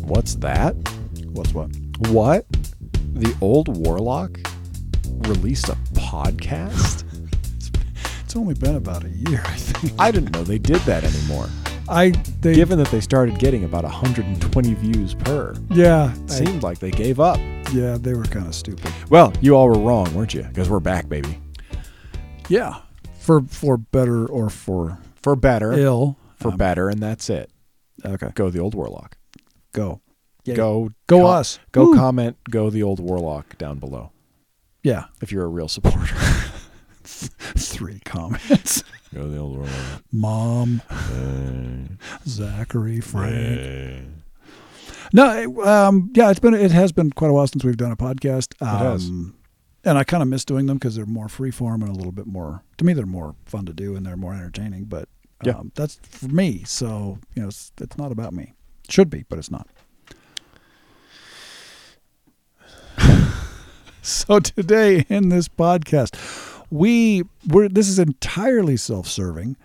What's that? What's what? What? The old warlock released a podcast? It's only been about a year, I think. I didn't know they did that anymore. I they Given that they started getting about 120 views per, yeah it I- seemed like they gave up. yeah they were kind of stupid. Well, you all were wrong, weren't you? Because we're back, baby. Yeah, for for better or for Um, For better. ill. For better, and that's it. Okay, Go the old warlock. go Yeah. Go go co- us. Go Woo. comment. Go the old warlock down below Yeah, if you're a real supporter. three comments. go the old warlock. Mom, Uh, Zachary, Frank. No, it- um, yeah, it's been it has been quite a while since we've done a podcast. Um, has. And I kind of miss doing them because they're more free form and a little bit more. To me, they're more fun to do and they're more entertaining. But Yeah. um, that's for me. So you know, it's, it's not about me. It should be, but it's not. so today in this podcast, we were this is entirely self-serving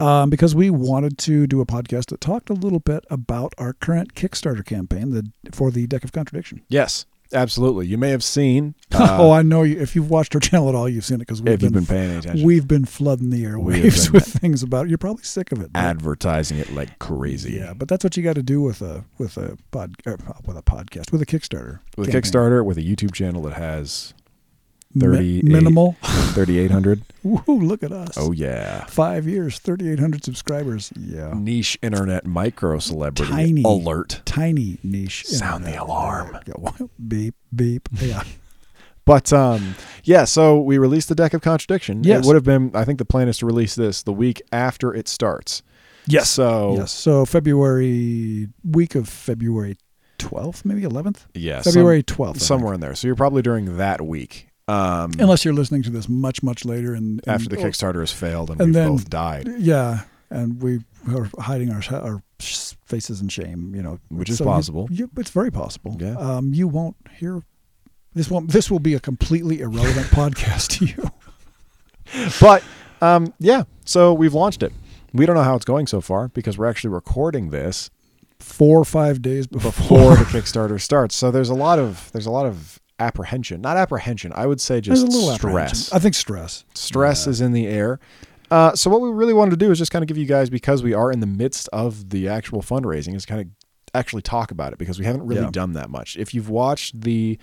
um, because we wanted to do a podcast that talked a little bit about our current Kickstarter campaign the, for the Deck of Contradiction. Yes, absolutely. You may have seen. oh, Uh, I know you. If you've watched our channel at all, you've seen it because we've if you've been, been paying any attention, we've been flooding the We have airwaves been- with things about it. You're probably sick of it. but- advertising it like crazy. yeah, but that's what you got to do with a with a pod or with a podcast with a Kickstarter With a campaign. Kickstarter, with a YouTube channel that has Mi- 38. minimal. 3,800. Woo, look at us. Oh, yeah. Five years, 3,800 subscribers. Yeah. Niche internet micro celebrity Tiny. alert. Tiny niche. Sound the internet. alarm. Yeah, well, beep, beep. Yeah. But um, yeah, so we released the deck of contradiction. Yes. It would have been, I think the plan is to release this the week after it starts. So, Yes. So February week of February twelfth, maybe eleventh. yeah, some- February twelfth, somewhere in there. So you're probably during that week. Um, Unless you're listening to this much, much later, and, and after the Kickstarter has failed and, and we've then- both died, Yeah, and we are hiding our our sh- faces in shame. You know, which is So you- possible. you- it's very possible. Yeah. Um, you won't hear. This won't. This will be a completely irrelevant podcast to you. but um, yeah, so we've launched it. We don't know how it's going so far because we're actually recording this Four or five days before. before the Kickstarter starts. So there's a lot of there's a lot of apprehension, not apprehension. I would say There's just a little stress. Uh, apprehension. I think stress. Stress is in the air. Uh, so what we really wanted to do is just kind of give you guys because we are in the midst of the actual fundraising is kind of actually talk about it because we haven't really Yeah. done that much. If you've watched the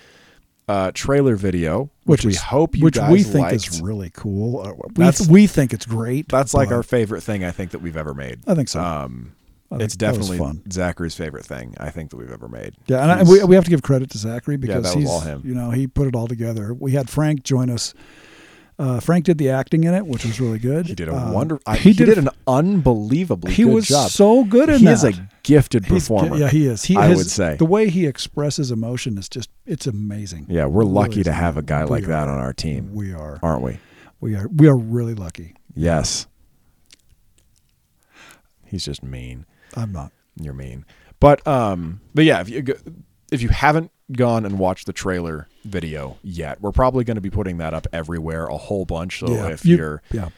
uh, trailer video, which, Which we is- hope you Which guys we think liked, is really cool. Uh, We, That's- we think it's great. that's like but our favorite thing I think that we've ever made. I think so. Um, I think it's that was definitely fun. Zachary's favorite thing I think that we've ever made. Yeah, and I, He's- we, we have to give credit to Zachary because that was he's all him. you know he put it all together. We had Frank join us. Uh, Frank did the acting in it, which was really good. he did a Um, wonderful. He, He, did. did an unbelievably he good was job. so good in he that. is a gifted He's- performer. yeah, he is. He, I his- would say. the way he expresses emotion is just it's amazing. yeah, we're Really lucky to is. have a guy We like are. that on our team, We are. aren't we? We are. We are really lucky. Yes. He's just mean. I'm not. You're mean. But um, but yeah, if you go- if you haven't gone and watched the trailer video yet, we're probably going to be putting that up everywhere a whole bunch. So yeah. Oh, if you- you're yeah,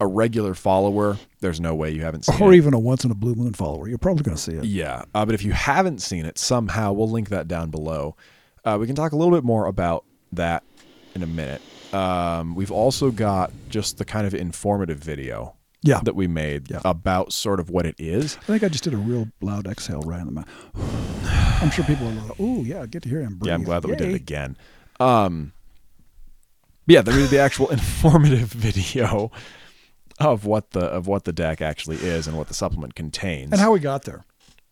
a regular follower, there's no way you haven't seen or it. even a once in a blue moon follower, you're probably going to see it. yeah, uh, but if you haven't seen it, somehow we'll link that down below. Uh, we can talk a little bit more about that in a minute. Um, we've also got just the kind of informative video Yeah. that we made Yeah. about sort of what it is. I think I just did a real loud exhale right in the mouth. I'm sure people are like, "Oh yeah, I get to hear him breathe." Yeah, I'm glad that we did Yay." it again. Um, but yeah, there is the actual informative video of what the of what the deck actually is and what the supplement contains. And how we got there.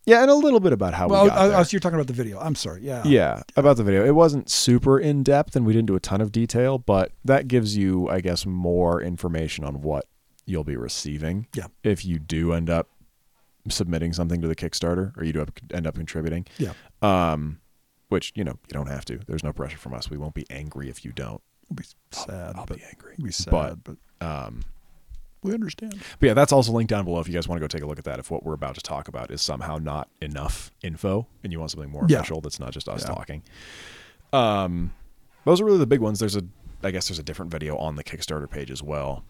yeah, and a little bit about how Well, we got I, there. I was, you're talking about the video. I'm sorry. Yeah. yeah, about the video. It wasn't super in depth, and we didn't do a ton of detail, but that gives you, I guess, more information on what you'll be receiving. Yeah. if you do end up submitting something to the Kickstarter, or you do up- end up contributing. Yeah. Uh, which you know you don't have to. There's no pressure from us. We won't be angry if you don't. We'll be sad. I'll but, be angry. We'll be sad, But- but, um, we understand. But yeah, that's also linked down below if you guys want to go take a look at that. If what we're about to talk about is somehow not enough info, and you want something more Yeah. official that's not just us Yeah. talking. Um, those are really the big ones. There's a, I guess there's a different video on the Kickstarter page as well.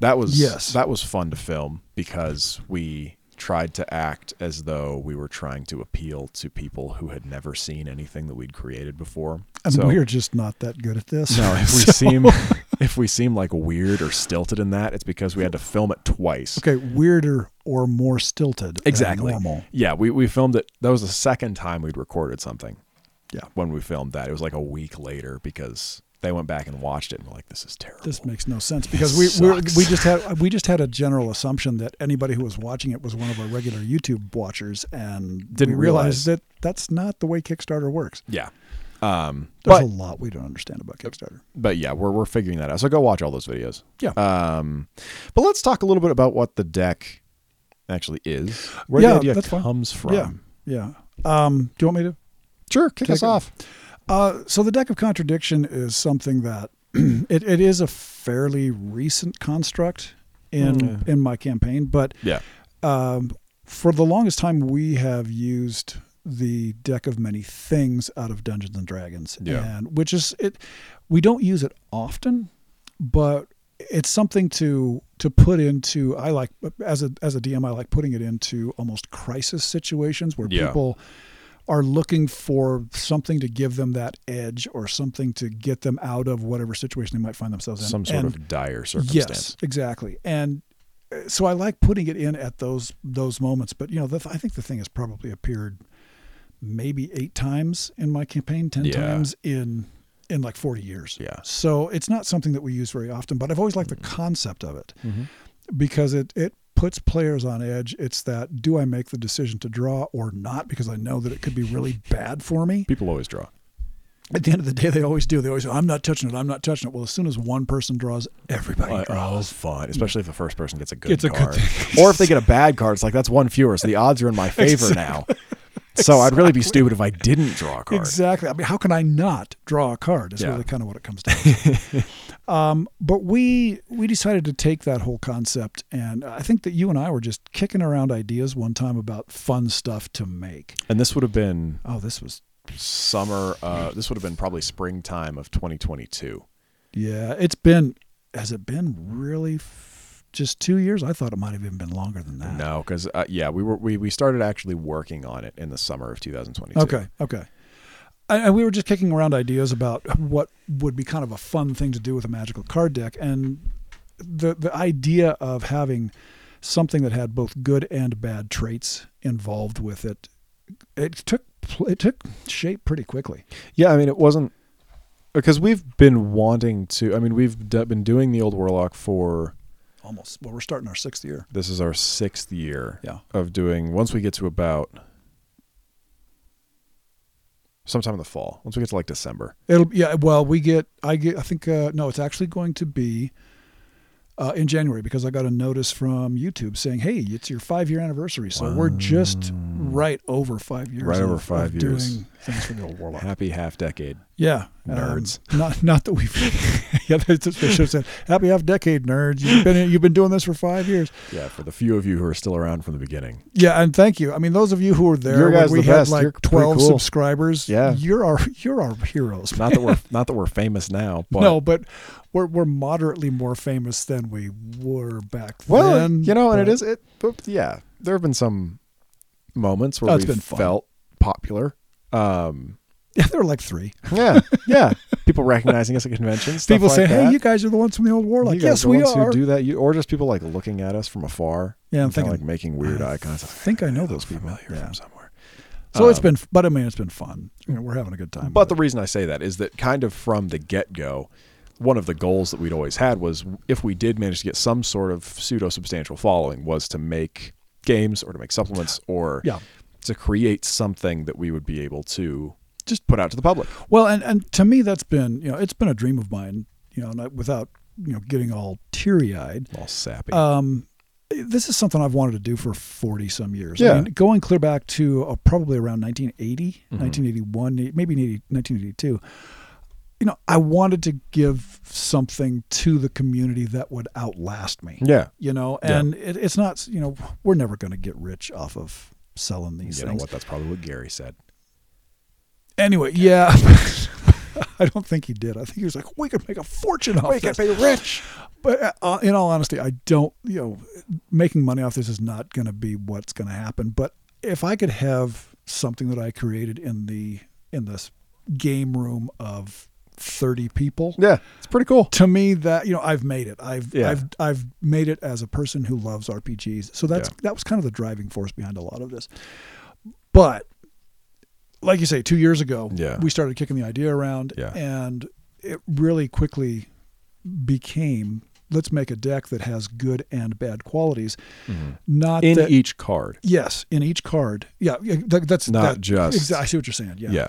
That was Yes. that was fun to film because we tried to act as though we were trying to appeal to people who had never seen anything that we'd created before. And so, we're just not that good at this. no, if we So- seem if we seem like weird or stilted in that, it's because we had to film it twice. okay, weirder or more stilted, than Exactly. normal. Yeah, we, we filmed it. That was the second time we'd recorded something. Yeah. When we filmed that, it was like a week later because they went back and watched it and were like, "This is terrible." This makes no sense because we we're, sucks. we just had we just had a general assumption that anybody who was watching it was one of our regular YouTube watchers, and Didn't we realized realize. that that's not the way Kickstarter works. yeah. Um, There's but a lot we don't understand about Kickstarter. but yeah, we're we're figuring that out. So go watch all those videos. Yeah. Um, but let's talk a little bit about what the deck actually is, where Yeah, the idea that's fine. comes from. Yeah, yeah. Um, do you want me to? Sure, kick Take us it. off. Uh, so the deck of contradiction is something that it, it is a fairly recent construct in Mm. in my campaign, but Yeah. um, for the longest time we have used the deck of many things out of Dungeons and Dragons, Yeah. and which is it. We don't use it often, but it's something to to put into. I like as a as a DM, I like putting it into almost crisis situations where Yeah. people are looking for something to give them that edge or something to get them out of whatever situation they might find themselves in. Some sort And- of dire circumstance. Yes, exactly. And uh, so I like putting it in at those those moments. But you know, the, I think the thing has probably appeared maybe eight times in my campaign, ten Yeah. times in in like forty years. Yeah. So it's not something that we use very often. But I've always liked Mm-hmm. the concept of it because it it puts players on edge. It's that do I make the decision to draw or not because I know that it could be really bad for me People always draw. at the end of the day, they always do. They always, I'm not touching it. I'm not touching it. Well, as soon as one person draws, everybody Like, oh, draws. fun. Especially if the first person gets a good Gets a good card. or if they get a bad card, it's like that's one fewer, so the odds are in my favor now. So I'd really be stupid if I didn't draw a card. Exactly. I mean, how can I not draw a card? Is Yeah. really kind of what it comes down to. um, but we we decided to take that whole concept, and I think that you and I were just kicking around ideas one time about fun stuff to make. And this would have been Oh, this was summer uh, this would have been probably springtime of 2022. yeah. It's been has it been really f- just two years? I thought it might have even been longer than that. No, cuz uh, yeah, we were we, we started actually working on it in the summer of 2022. Okay, okay. And and we were just kicking around ideas about what would be kind of a fun thing to do with a magical card deck, and the the idea of having something that had both good and bad traits involved with it, it took pl- it took shape pretty quickly. Yeah, I mean, it wasn't because we've been wanting to. I mean, we've d- been doing the old Warlock for Almost. Well, we're starting our sixth year. this is our sixth year Yeah. of doing. Once we get to about sometime in the fall, once we get to like December, It'll yeah. Well, we get I get I think uh, no, it's actually going to be. Uh, in January, because I got a notice from YouTube saying, "Hey, it's your five-year anniversary, so we're just right over five years. Right over of- five of years. doing things for the old warlock. happy half decade. Yeah, Nerds. Um, not not that we've. yeah, they should have said, "Happy half decade, nerds. You've been you've been doing this for five years." Yeah, for the few of you who are still around from the beginning. Yeah, and thank you. I mean, those of you who were there, Your when guys are we the had best. like You're pretty twelve cool. subscribers. Yeah. you're our you're our heroes. Not that we're not that we're famous now, but no, but we're we're moderately more famous than we were back well, then. you know, and it but- is it. But yeah, there have been some moments Oh, where it's we been fun. felt popular. Um, Yeah, there were like three Yeah, yeah. People recognizing us at conventions. stuff people like saying, that. "Hey, you guys are the ones from the old warlock." You guys yes, the we ones are. Who do that? You, or just people like looking at us from afar. Yeah, I'm and kinda, like thinking, making weird I eye contact. think I know "They those look people." familiar Yeah. from somewhere. So it's Um, been, but I mean, it's been fun. You know, we're having a good time. But the with reason I say that is that kind of from the get go, one of the goals that we'd always had was if we did manage to get some sort of pseudo substantial following, was to make games or to make supplements or it. yeah. to create something that we would be able to just put out to the public. Well, and and to me, that's been you know, it's been a dream of mine. You know, and I- without you know getting all teary eyed. All sappy. Um, this is something I've wanted to do for forty some years. I Yeah. mean, going clear back to uh, probably around 1980, Mm-hmm. 1981, e, maybe in 80, 1982. You know, I wanted to give something to the community that would outlast me. yeah. You know, Yeah. and it, it's not you know we're never going to get rich off of selling these You know things. what? That's probably what Gary said. Anyway, yeah. Oh, I don't think he did. I think he was like, we could make a fortune off this. rich. but uh, in all honesty, I don't. You know, making money off this is not going to be what's going to happen. But if I could have something that I created in the in this game room of thirty people, Yeah, it's pretty cool. to me that you know I've made it. I've Yeah. I've I've made it as a person who loves RPGs. So that's Yeah. that was kind of the driving force behind a lot of this. But like you say, two years ago, Yeah. we started kicking the idea around, Yeah. and it really quickly became let's make a deck that has good and bad qualities. Not In e-, that, each card. yes, in each card. Yeah, yeah, that, that's Not that- just- exa- I see what you're saying. Yeah.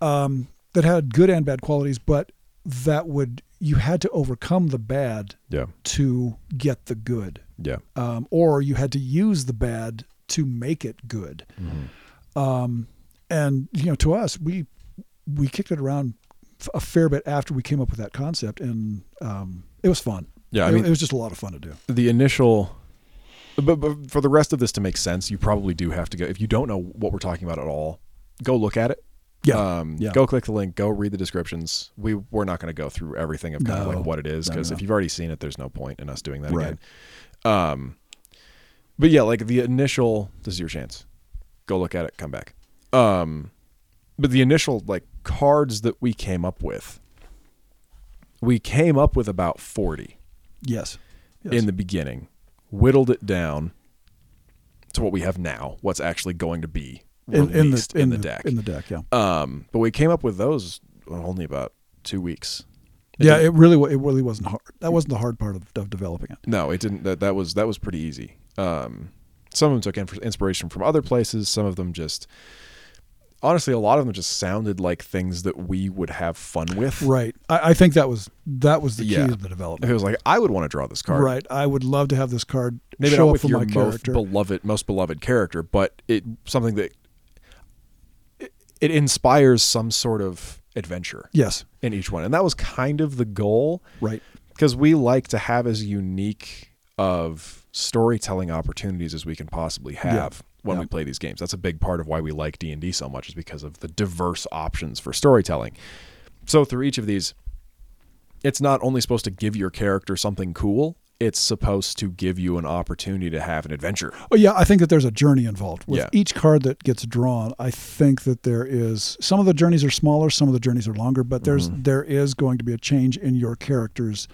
um, that had good and bad qualities, but that would you had to overcome the bad Yeah. to get the good, Yeah. um, or you had to use the bad to make it good. Um, and you know, to us, we we kicked it around f- a fair bit after we came up with that concept, and um, it was fun. Yeah, I it, mean- it was just a lot of fun to do. the initial but, but for the rest of this to make sense you probably do have to go if you don't know what we're talking about at all go look at it Yeah, um yeah. go click the link go read the descriptions we we're not going to go through everything of kind of No. like what it is No, because no. if you've already seen it there's no point in us doing that Right. again um but yeah like the initial this is your chance go look at it come back um but the initial like cards that we came up with we came up with about 40 Yes. yes. in the beginning, whittled it down to what we have now, what's actually going to be in, in the released in, the, deck. in the deck, yeah, um, but we came up with those only about two weeks. yeah. didn't- It really wa- it really wasn't hard. That wasn't the hard part of, of developing it. no, it didn't. That that was that was pretty easy. Um, some of them took inf- inspiration from other places. Some of them just, honestly, a lot of them just sounded like things that we would have fun with. Right. I, I think that was that was the Yeah. key to the If it development. was like I would want to draw this card, Right. I would love to have this card maybe show not up with for your my most character. beloved most beloved character but it something that it, it inspires some sort of adventure yes. in each one and that was kind of the goal Right. because we like to have as unique of storytelling opportunities as we can possibly have when Yeah. we play these games that's a big part of why we like d&d so much is because of the diverse options for storytelling so through each of these it's not only supposed to give your character something cool it's supposed to give you an opportunity to have an adventure Oh yeah, I think that there's a journey involved with Yeah. each card that gets drawn. I think that there is some of the journeys are smaller, some of the journeys are longer, but there's Mm-hmm. there is going to be a change in your character's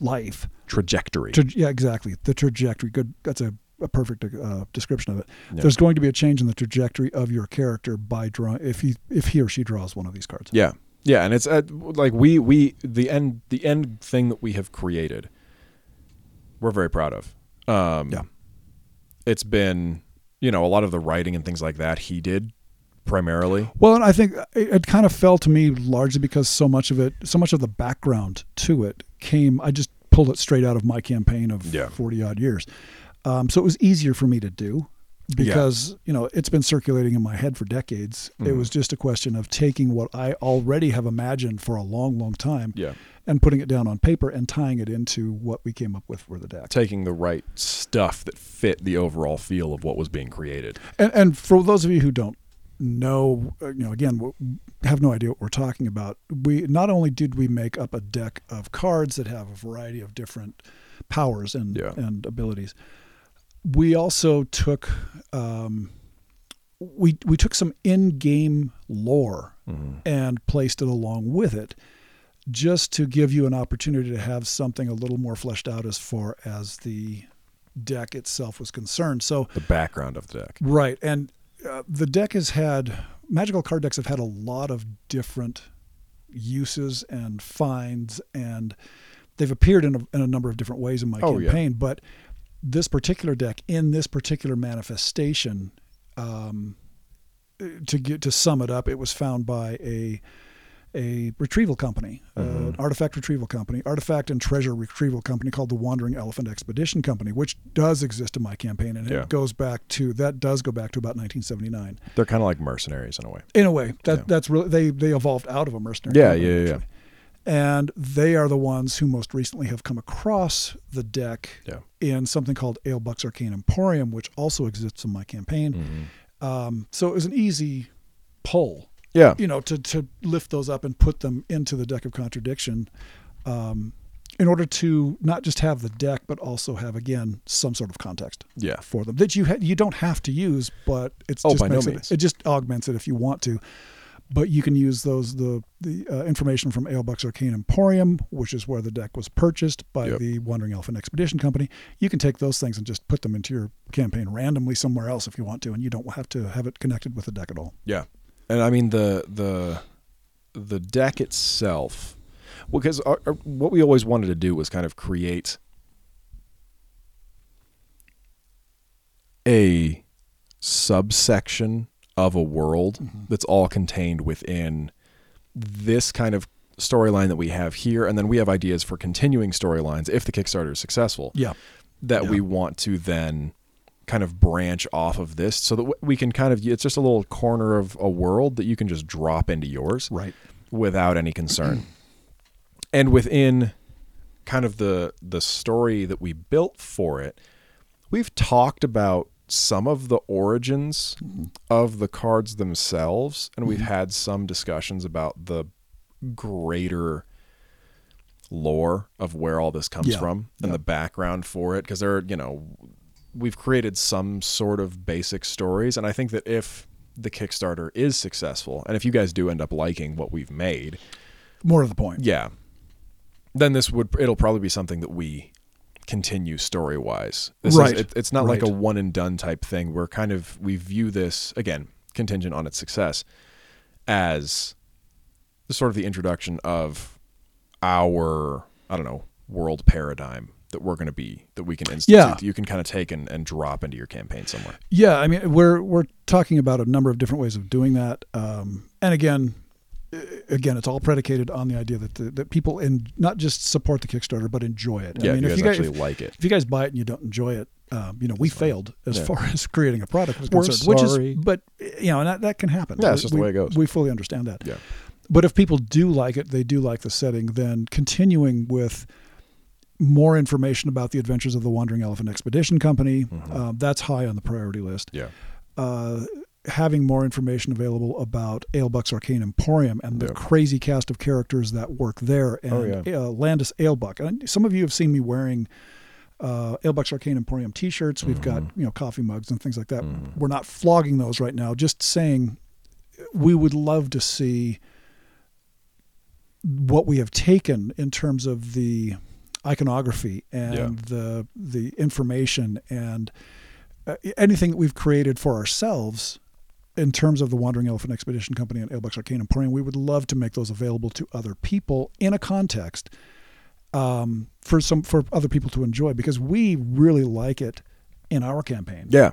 life. trajectory Tra- yeah, exactly. The trajectory. Good. That's a, a perfect uh, description of it. Yeah. There's going to be a change in the trajectory of your character by drawing if he if he or she draws one of these cards. yeah yeah and it's uh, like we we the end the end thing that we have created we're very proud of um Yeah. it's been you know a lot of the writing and things like that he did primarily Well, and I think uh, it, it kind of fell to me largely because so much of it, so much of the background to it came. I just pulled it straight out of my campaign of Yeah. forty odd years, um, so it was easier for me to do because you know it's been circulating in my head for decades. Mm-hmm. It was just a question of taking what I already have imagined for a long, long time, yeah and putting it down on paper and tying it into what we came up with for the deck. taking the right stuff that fit the overall feel of what was being created And, and for those of you who don't know, uh, you know, again, w- have no idea what we're talking about. We not only did we make up a deck of cards that have a variety of different powers and Yeah. and abilities, we also took um, we we took some in-game lore and placed it along with it. Just to give you an opportunity to have something a little more fleshed out as far as the deck itself was concerned. So, the background of the deck Right, and uh, the deck has had magical card decks have had a lot of different uses and finds, and they've appeared in a, in a number of different ways in my Oh, yeah. campaign. But this particular deck, in this particular manifestation, um, to get to sum it up, it was found by a a retrieval company, uh, Mm-hmm. an artifact retrieval company, artifact and treasure retrieval company called the Wandering Elephant Expedition Company, which does exist in my campaign, and Yeah. it goes back to that does go back to about 1979. they're kind of like mercenaries in a way In a way, that Yeah. that's really they they evolved out of a mercenary. Yeah, company, yeah, yeah, yeah. actually. And they are the ones who most recently have come across the deck yeah in something called Alebuck's Arcane Emporium, which also exists in my campaign. Mm-hmm. Um, so it was an easy pull yeah you know, to to lift those up and put them into the deck of contradiction. Um, in order to not just have the deck, but also have again some sort of context Yeah. for them that you ha- you don't have to use, but it's Oh, just by no makes it, means. it just augments it if you want to. But you can use those the the uh, information from Alebuck's Arcane Emporium, which is where the deck was purchased by Yep. the Wandering Elf and Expedition Company. You can take those things and just put them into your campaign randomly somewhere else if you want to, and you don't have to have it connected with the deck at all. Yeah, and I mean the the the deck itself, because our, our- what we always wanted to do was kind of create a subsection of a world that's all contained within this kind of storyline that we have here and then we have ideas for continuing storylines if the kickstarter is successful Yeah, that Yeah. we want to then kind of branch off of this so that w- we can kind of it's just a little corner of a world that you can just drop into yours right. without any concern and within kind of the the story that we built for it we've talked about some of the origins Mm-hmm. of the cards themselves and we've had some discussions about the greater lore of where all this comes Yeah. from and the background for it because there are you know we've created some sort of basic stories and i think that if the kickstarter is successful and if you guys do end up liking what we've made More to the point. yeah then this would it'll probably be something that we continue story wise Right. it, it's not like a Right. one and done type thing we're kind of we view this again contingent on its success as sort of the introduction of our i don't know world paradigm that we're going to be that we can institute Yeah. that you can kind of take and, and drop into your campaign somewhere Yeah, I mean, we're we're talking about a number of different ways of doing that, um, and again, uh, again, it's all predicated on the idea that the, that people in not just support the Kickstarter but enjoy it. yeah I mean, you if guys you guys actually like it if you guys buy it and you don't enjoy it, um, you know, we failed as Yeah. far as creating a product was We're concerned, which sorry. is but you know, and that that can happen. Yeah, it's We- just the we- way it goes. We fully understand that. yeah But if people do like it, they do like the setting, then continuing with more information about the adventures of the Wandering Elephant Expedition Company, Mm-hmm. um, that's high on the priority list. yeah Uh, having more information available about Alebuck's Arcane Emporium and the Yep. crazy cast of characters that work there, and Oh, yeah. uh, Landis Alebuck. And some of you have seen me wearing uh, Alebuck's Arcane Emporium T-shirts. We've got Mm-hmm. you know coffee mugs and things like that. We're not flogging those right now. Just saying, we would love to see what we have taken in terms of the iconography and Yeah. the the information and uh, anything that we've created for ourselves in terms of the Wandering Elephant Expedition Company and Alebuck's Arcane Emporium, we would love to make those available to other people in a context um, for some for other people to enjoy because we really like it in our campaign, yeah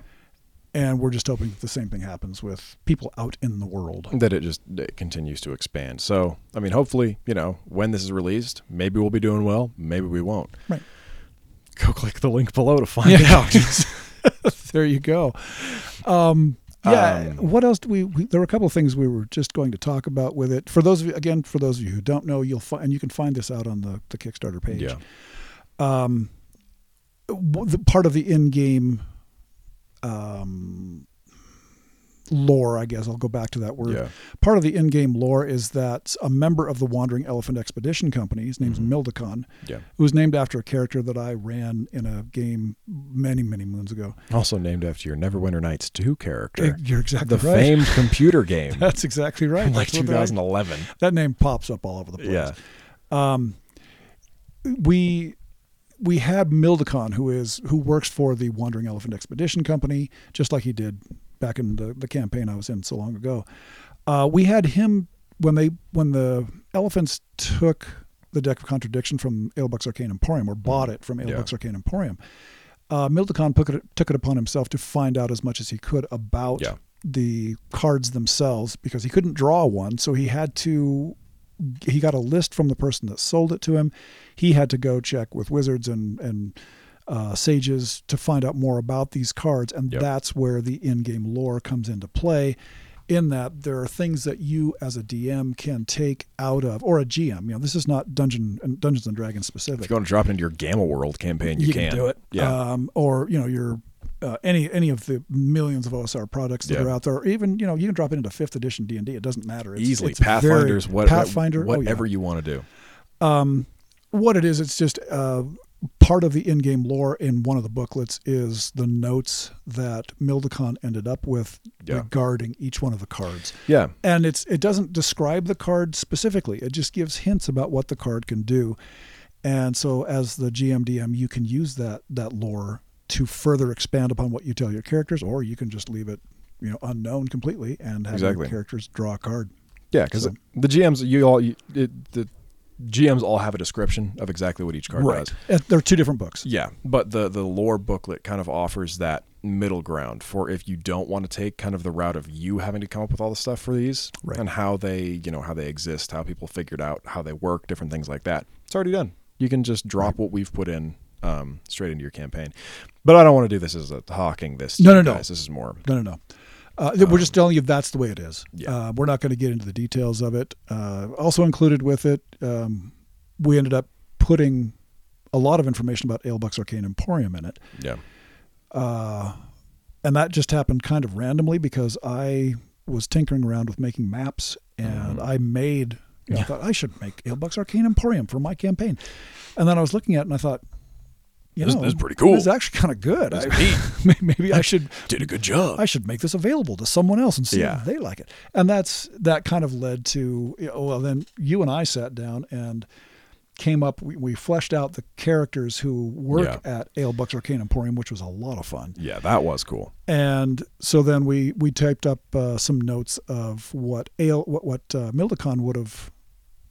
and we're just hoping that the same thing happens with people out in the world. that it just it continues to expand. So, I mean, hopefully, you know, when this is released, maybe we'll be doing well, maybe we won't. Right. Go click the link below to find out. there you go. Um, yeah. Um, what else do we, we? There were a couple of things we were just going to talk about with it. For those of you, again, for those of you who don't know, you'll find and you can find this out on the the Kickstarter page. yeah. Um, w- the part of the in-game um, lore, I guess I'll go back to that word. Yeah. Part of the in-game lore is that a member of the Wandering Elephant Expedition Company, his name's Mm-hmm. Mildecon, Yeah. who was named after a character that I ran in a game many, many moons ago. Also named after your Neverwinter Nights 2 character, You're exactly the right. famed computer game That's exactly right. from like That's what they're- 2011. That name pops up all over the place. Yeah. we we had Mildecon, who is who works for the Wandering Elephant Expedition Company, just like he did back in the, the campaign I was in so long ago. Uh, we had him when they when the elephants took the deck of contradiction from Alebuck's Arcane Emporium or bought it from Alebuck's Arcane Emporium. Uh, Mildecon took it, took it upon himself to find out as much as he could about Yeah. the cards themselves because he couldn't draw one, so he had to he got a list from the person that sold it to him. He had to go check with wizards and and uh, sages to find out more about these cards, and Yep. that's where the in-game lore comes into play. In that there are things that you as a DM can take out of, or a GM. You know, this is not dungeon and Dungeons and Dragons If specific. you want to drop it into your Gamma World campaign, you, can. do it. Yeah. Um, or you know your uh, any any of the millions of OSR products that Yeah. are out there, or even you know you can drop it into fifth edition D and D. It doesn't matter. It's, Easily it's very- oh, Pathfinders, what, Pathfinder, oh, yeah whatever you want to do. what it is, it's just uh, part of the in-game lore in one of the booklets is the notes that Mildecon ended up with Yeah. regarding each one of the cards. Yeah. And it's it doesn't describe the card specifically. It just gives hints about what the card can do. And so as the GMDM, you can use that that lore to further expand upon what you tell your characters, or you can just leave it, you know, unknown completely and have Exactly. your characters draw a card. Yeah, because So- the GMs, you all, you, it, the GMs all have a description of exactly what each card does. Uh, They're two different books. Yeah, but the the lore booklet kind of offers that middle ground for if you don't want to take kind of the route of you having to come up with all the stuff for these Right. and how they, you know, how they exist, how people figured out how they work, different things like that. It's already done. You can just drop what we've put in um, straight into your campaign. But I don't want to do this as a hawking this. to No, you no, no. guys. This is more. No, no, no. Uh, th- we're just telling you that's the way it is. Um, Yeah. Uh, we're not going to get into the details of it. Uh, also included with it, um, we ended up putting a lot of information about Alebuck's Arcane Emporium in it, Uh, Yeah. and that just happened kind of randomly because I was tinkering around with making maps, and Mm-hmm. I made. you know, I thought I should make Alebuck's Arcane Emporium for my campaign, and then I was looking at it and I thought, you This- know, this is pretty cool. This is actually kind of good. This I- maybe I should Did a good job. I should make this available to someone else and see Yeah. if they like it. And that's that kind of led to you know, well, then you and I sat down and came up. We, we fleshed out the characters who work at Ale Bucks Arcane Emporium, which was a lot of fun. yeah, that was cool. And so then we we typed up uh, some notes of what Ale what what uh, Mildecon would have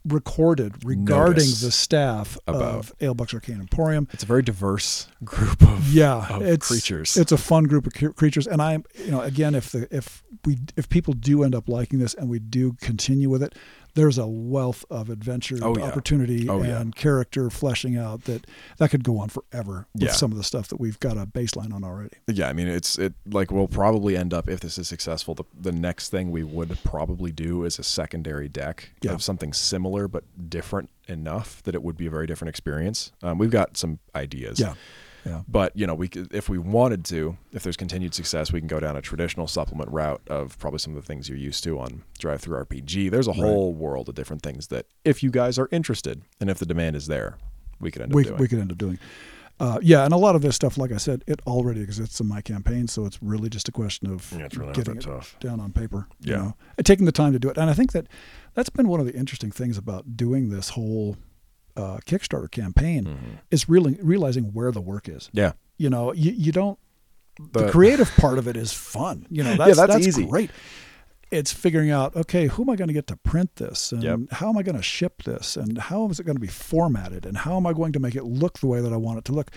recorded regarding Notice the staff about- of Ale Bucks Arcane Emporium. It's a very diverse group of yeah of it's creatures. it's a fun group of cre- creatures and i'm you know again if the if we if people do end up liking this and we do continue with it there's a wealth of adventure Oh, yeah. opportunity Oh, and yeah. character fleshing out that that could go on forever with Yeah. some of the stuff that we've got a baseline on already Yeah, I mean, it's it like we'll probably end up if this is successful. The, the next thing we would probably do is a secondary deck Yeah. of something similar but different enough that it would be a very different experience. Um, we've got some ideas. yeah yeah But you know, we could, if we wanted to, if there's continued success, we can go down a traditional supplement route of probably some of the things you're used to on Drive Through RPG. There's a whole world of different things that, if you guys are interested and if the demand is there, we could end up we, doing. we could end up doing uh, yeah and a lot of this stuff like i said it already exists in my campaign so it's really just a question of Yeah, it's really not getting that it tough. down on paper you Yeah. know, and taking the time to do it and i think that that's been one of the interesting things about doing this whole uh, kickstarter campaign Mm-hmm. is really realizing where the work is yeah, you know you, you don't the, The- creative part of it is fun you know that's, that's that's, easy. great it's figuring out okay who am i going to get to print this and Yep. how am i going to ship this and how is it going to be formatted and how am i going to make it look the way that i want it to look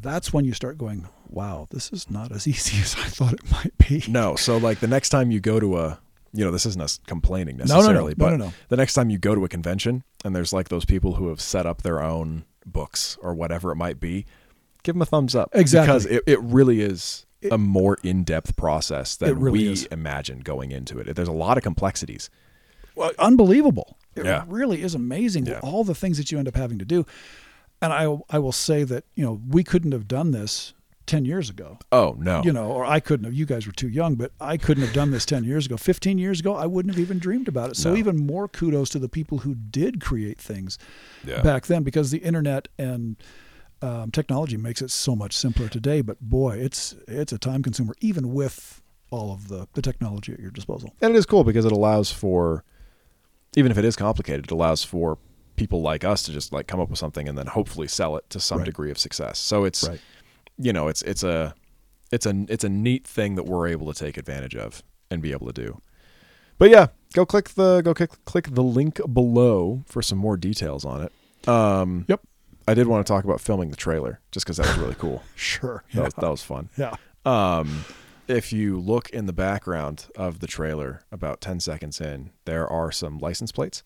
that's when you start going wow this is not as easy as i thought it might be No, so like the next time you go to a, you know, this isn't us complaining no, no, necessarily, no, but no. the next time you go to a convention and there's like those people who have set up their own books or whatever it might be, give them a thumbs up. Exactly. Because it, it really is a more in depth process It than really we is. imagined going into it. There's a lot of complexities. well, unbelievable. It Yeah. really is amazing Yeah. all the things that you end up having to do. And I I will say that, you know, we couldn't have done this 10 years ago. Oh, no. You know, or I couldn't have. You guys were too young, but I couldn't have done this 10 years ago. 15 years ago, I wouldn't have even dreamed about it. So, No. even more kudos to the people who did create things Yeah. back then because the internet and um, technology makes it so much simpler today. But boy, it's it's a time consumer, even with all of the, the technology at your disposal. And it is cool because it allows for, even if it is complicated, it allows for people like us to just like come up with something and then hopefully sell it to some Right. degree of success. So it's, you know, it's it's a it's a it's a neat thing that we're able to take advantage of and be able to do. But yeah, go click the go click click the link below for some more details on it. Um, Yep. I did want to talk about filming the trailer just because that was really cool. Sure. That, was, that was fun. Yeah. Um, if you look in the background of the trailer, about ten seconds in, there are some license plates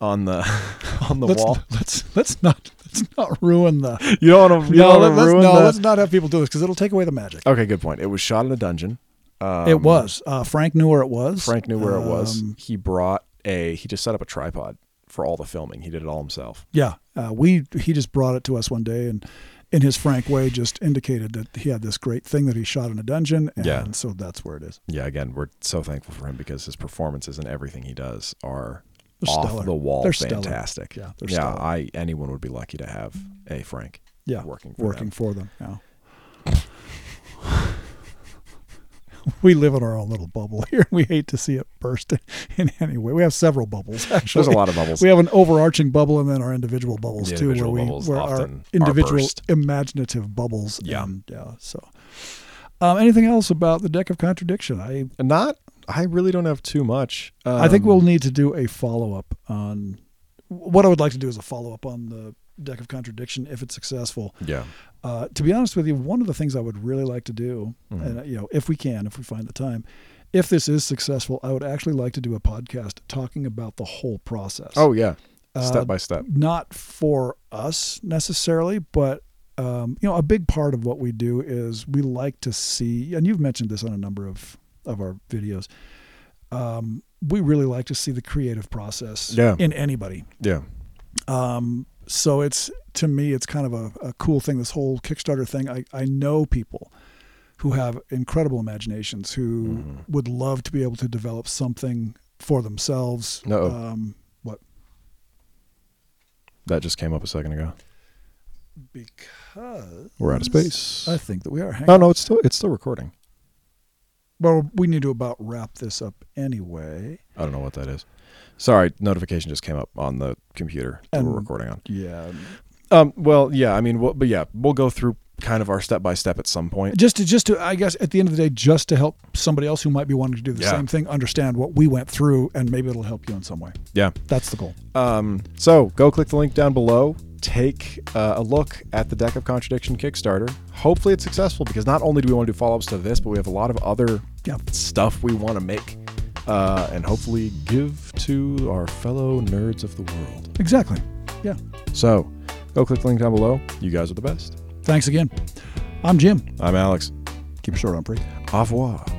on the on the let's, wall. Let's let's not let's not ruin the. You don't want to. You no, don't want to let's, ruin no the- let's not have people do this because it'll take away the magic. Okay, good point. It was shot in a dungeon. Um, it was uh, Frank knew where it was. Frank knew where it was. Um, He brought a he just set up a tripod for all the filming. He did it all himself. Yeah, uh, we he just brought it to us one day and. In his frank way, just indicated that he had this great thing that he shot in a dungeon, and Yeah. so that's where it is. Yeah, again, we're so thankful for him because his performances and everything he does are They're off stellar. the wall, They're stellar. fantastic. Yeah, they're yeah. stellar. I anyone would be lucky to have a Frank. Yeah, working for working them. for them. Yeah. we live in our own little bubble here. We hate to see it burst in, in any way. We have several bubbles actually. There's a lot of bubbles. We have an overarching bubble and then our individual bubbles The too, individual where we bubbles where our often are individual burst. imaginative bubbles. Yeah. and, yeah. So, um, anything else about the deck of contradiction? I Not. I really don't have too much. Um, I think we'll need to do a follow up on what I would like to do is a follow up on the deck of contradiction if it's successful. Yeah. Uh, to be honest with you, one of the things I would really like to do, Mhm. and you know, if we can, if we find the time, if this is successful, I would actually like to do a podcast talking about the whole process. Oh yeah. Uh, Step by step. not for us necessarily, but um, you know, a big part of what we do is we like to see, and you've mentioned this on a number of of our videos. Um, we really like to see the creative process Yeah. in anybody. Yeah. Um, so it's to me, it's kind of a, a cool thing. This whole Kickstarter thing. I I know people who have incredible imaginations who Mhm. would love to be able to develop something for themselves. Uh-oh. Um, what? That just came up a second ago. Because We're out of space. I think that we are. Hang No, no, it's still it's still recording. Well, we need to about wrap this up anyway. I don't know what that is. Sorry, notification just came up on the computer that Um, we're recording on. Yeah. Um, well, yeah, I mean, we'll, but yeah, we'll go through kind of our step by step at some point. Just to just to I guess at the end of the day, just to help somebody else who might be wanting to do the Yeah. same thing understand what we went through and maybe it'll help you in some way. Yeah. That's the goal. Um, so go click the link down below. Take uh, a look at the Deck of Contradiction Kickstarter. Hopefully, it's successful because not only do we want to do follow ups to this, but we have a lot of other Yeah. stuff we want to make uh, and hopefully give to our fellow nerds of the world. Exactly. Yeah. So go click the link down below. You guys are the best. Thanks again. I'm Jim. I'm Alex. Keep it short, Humphrey. Au revoir.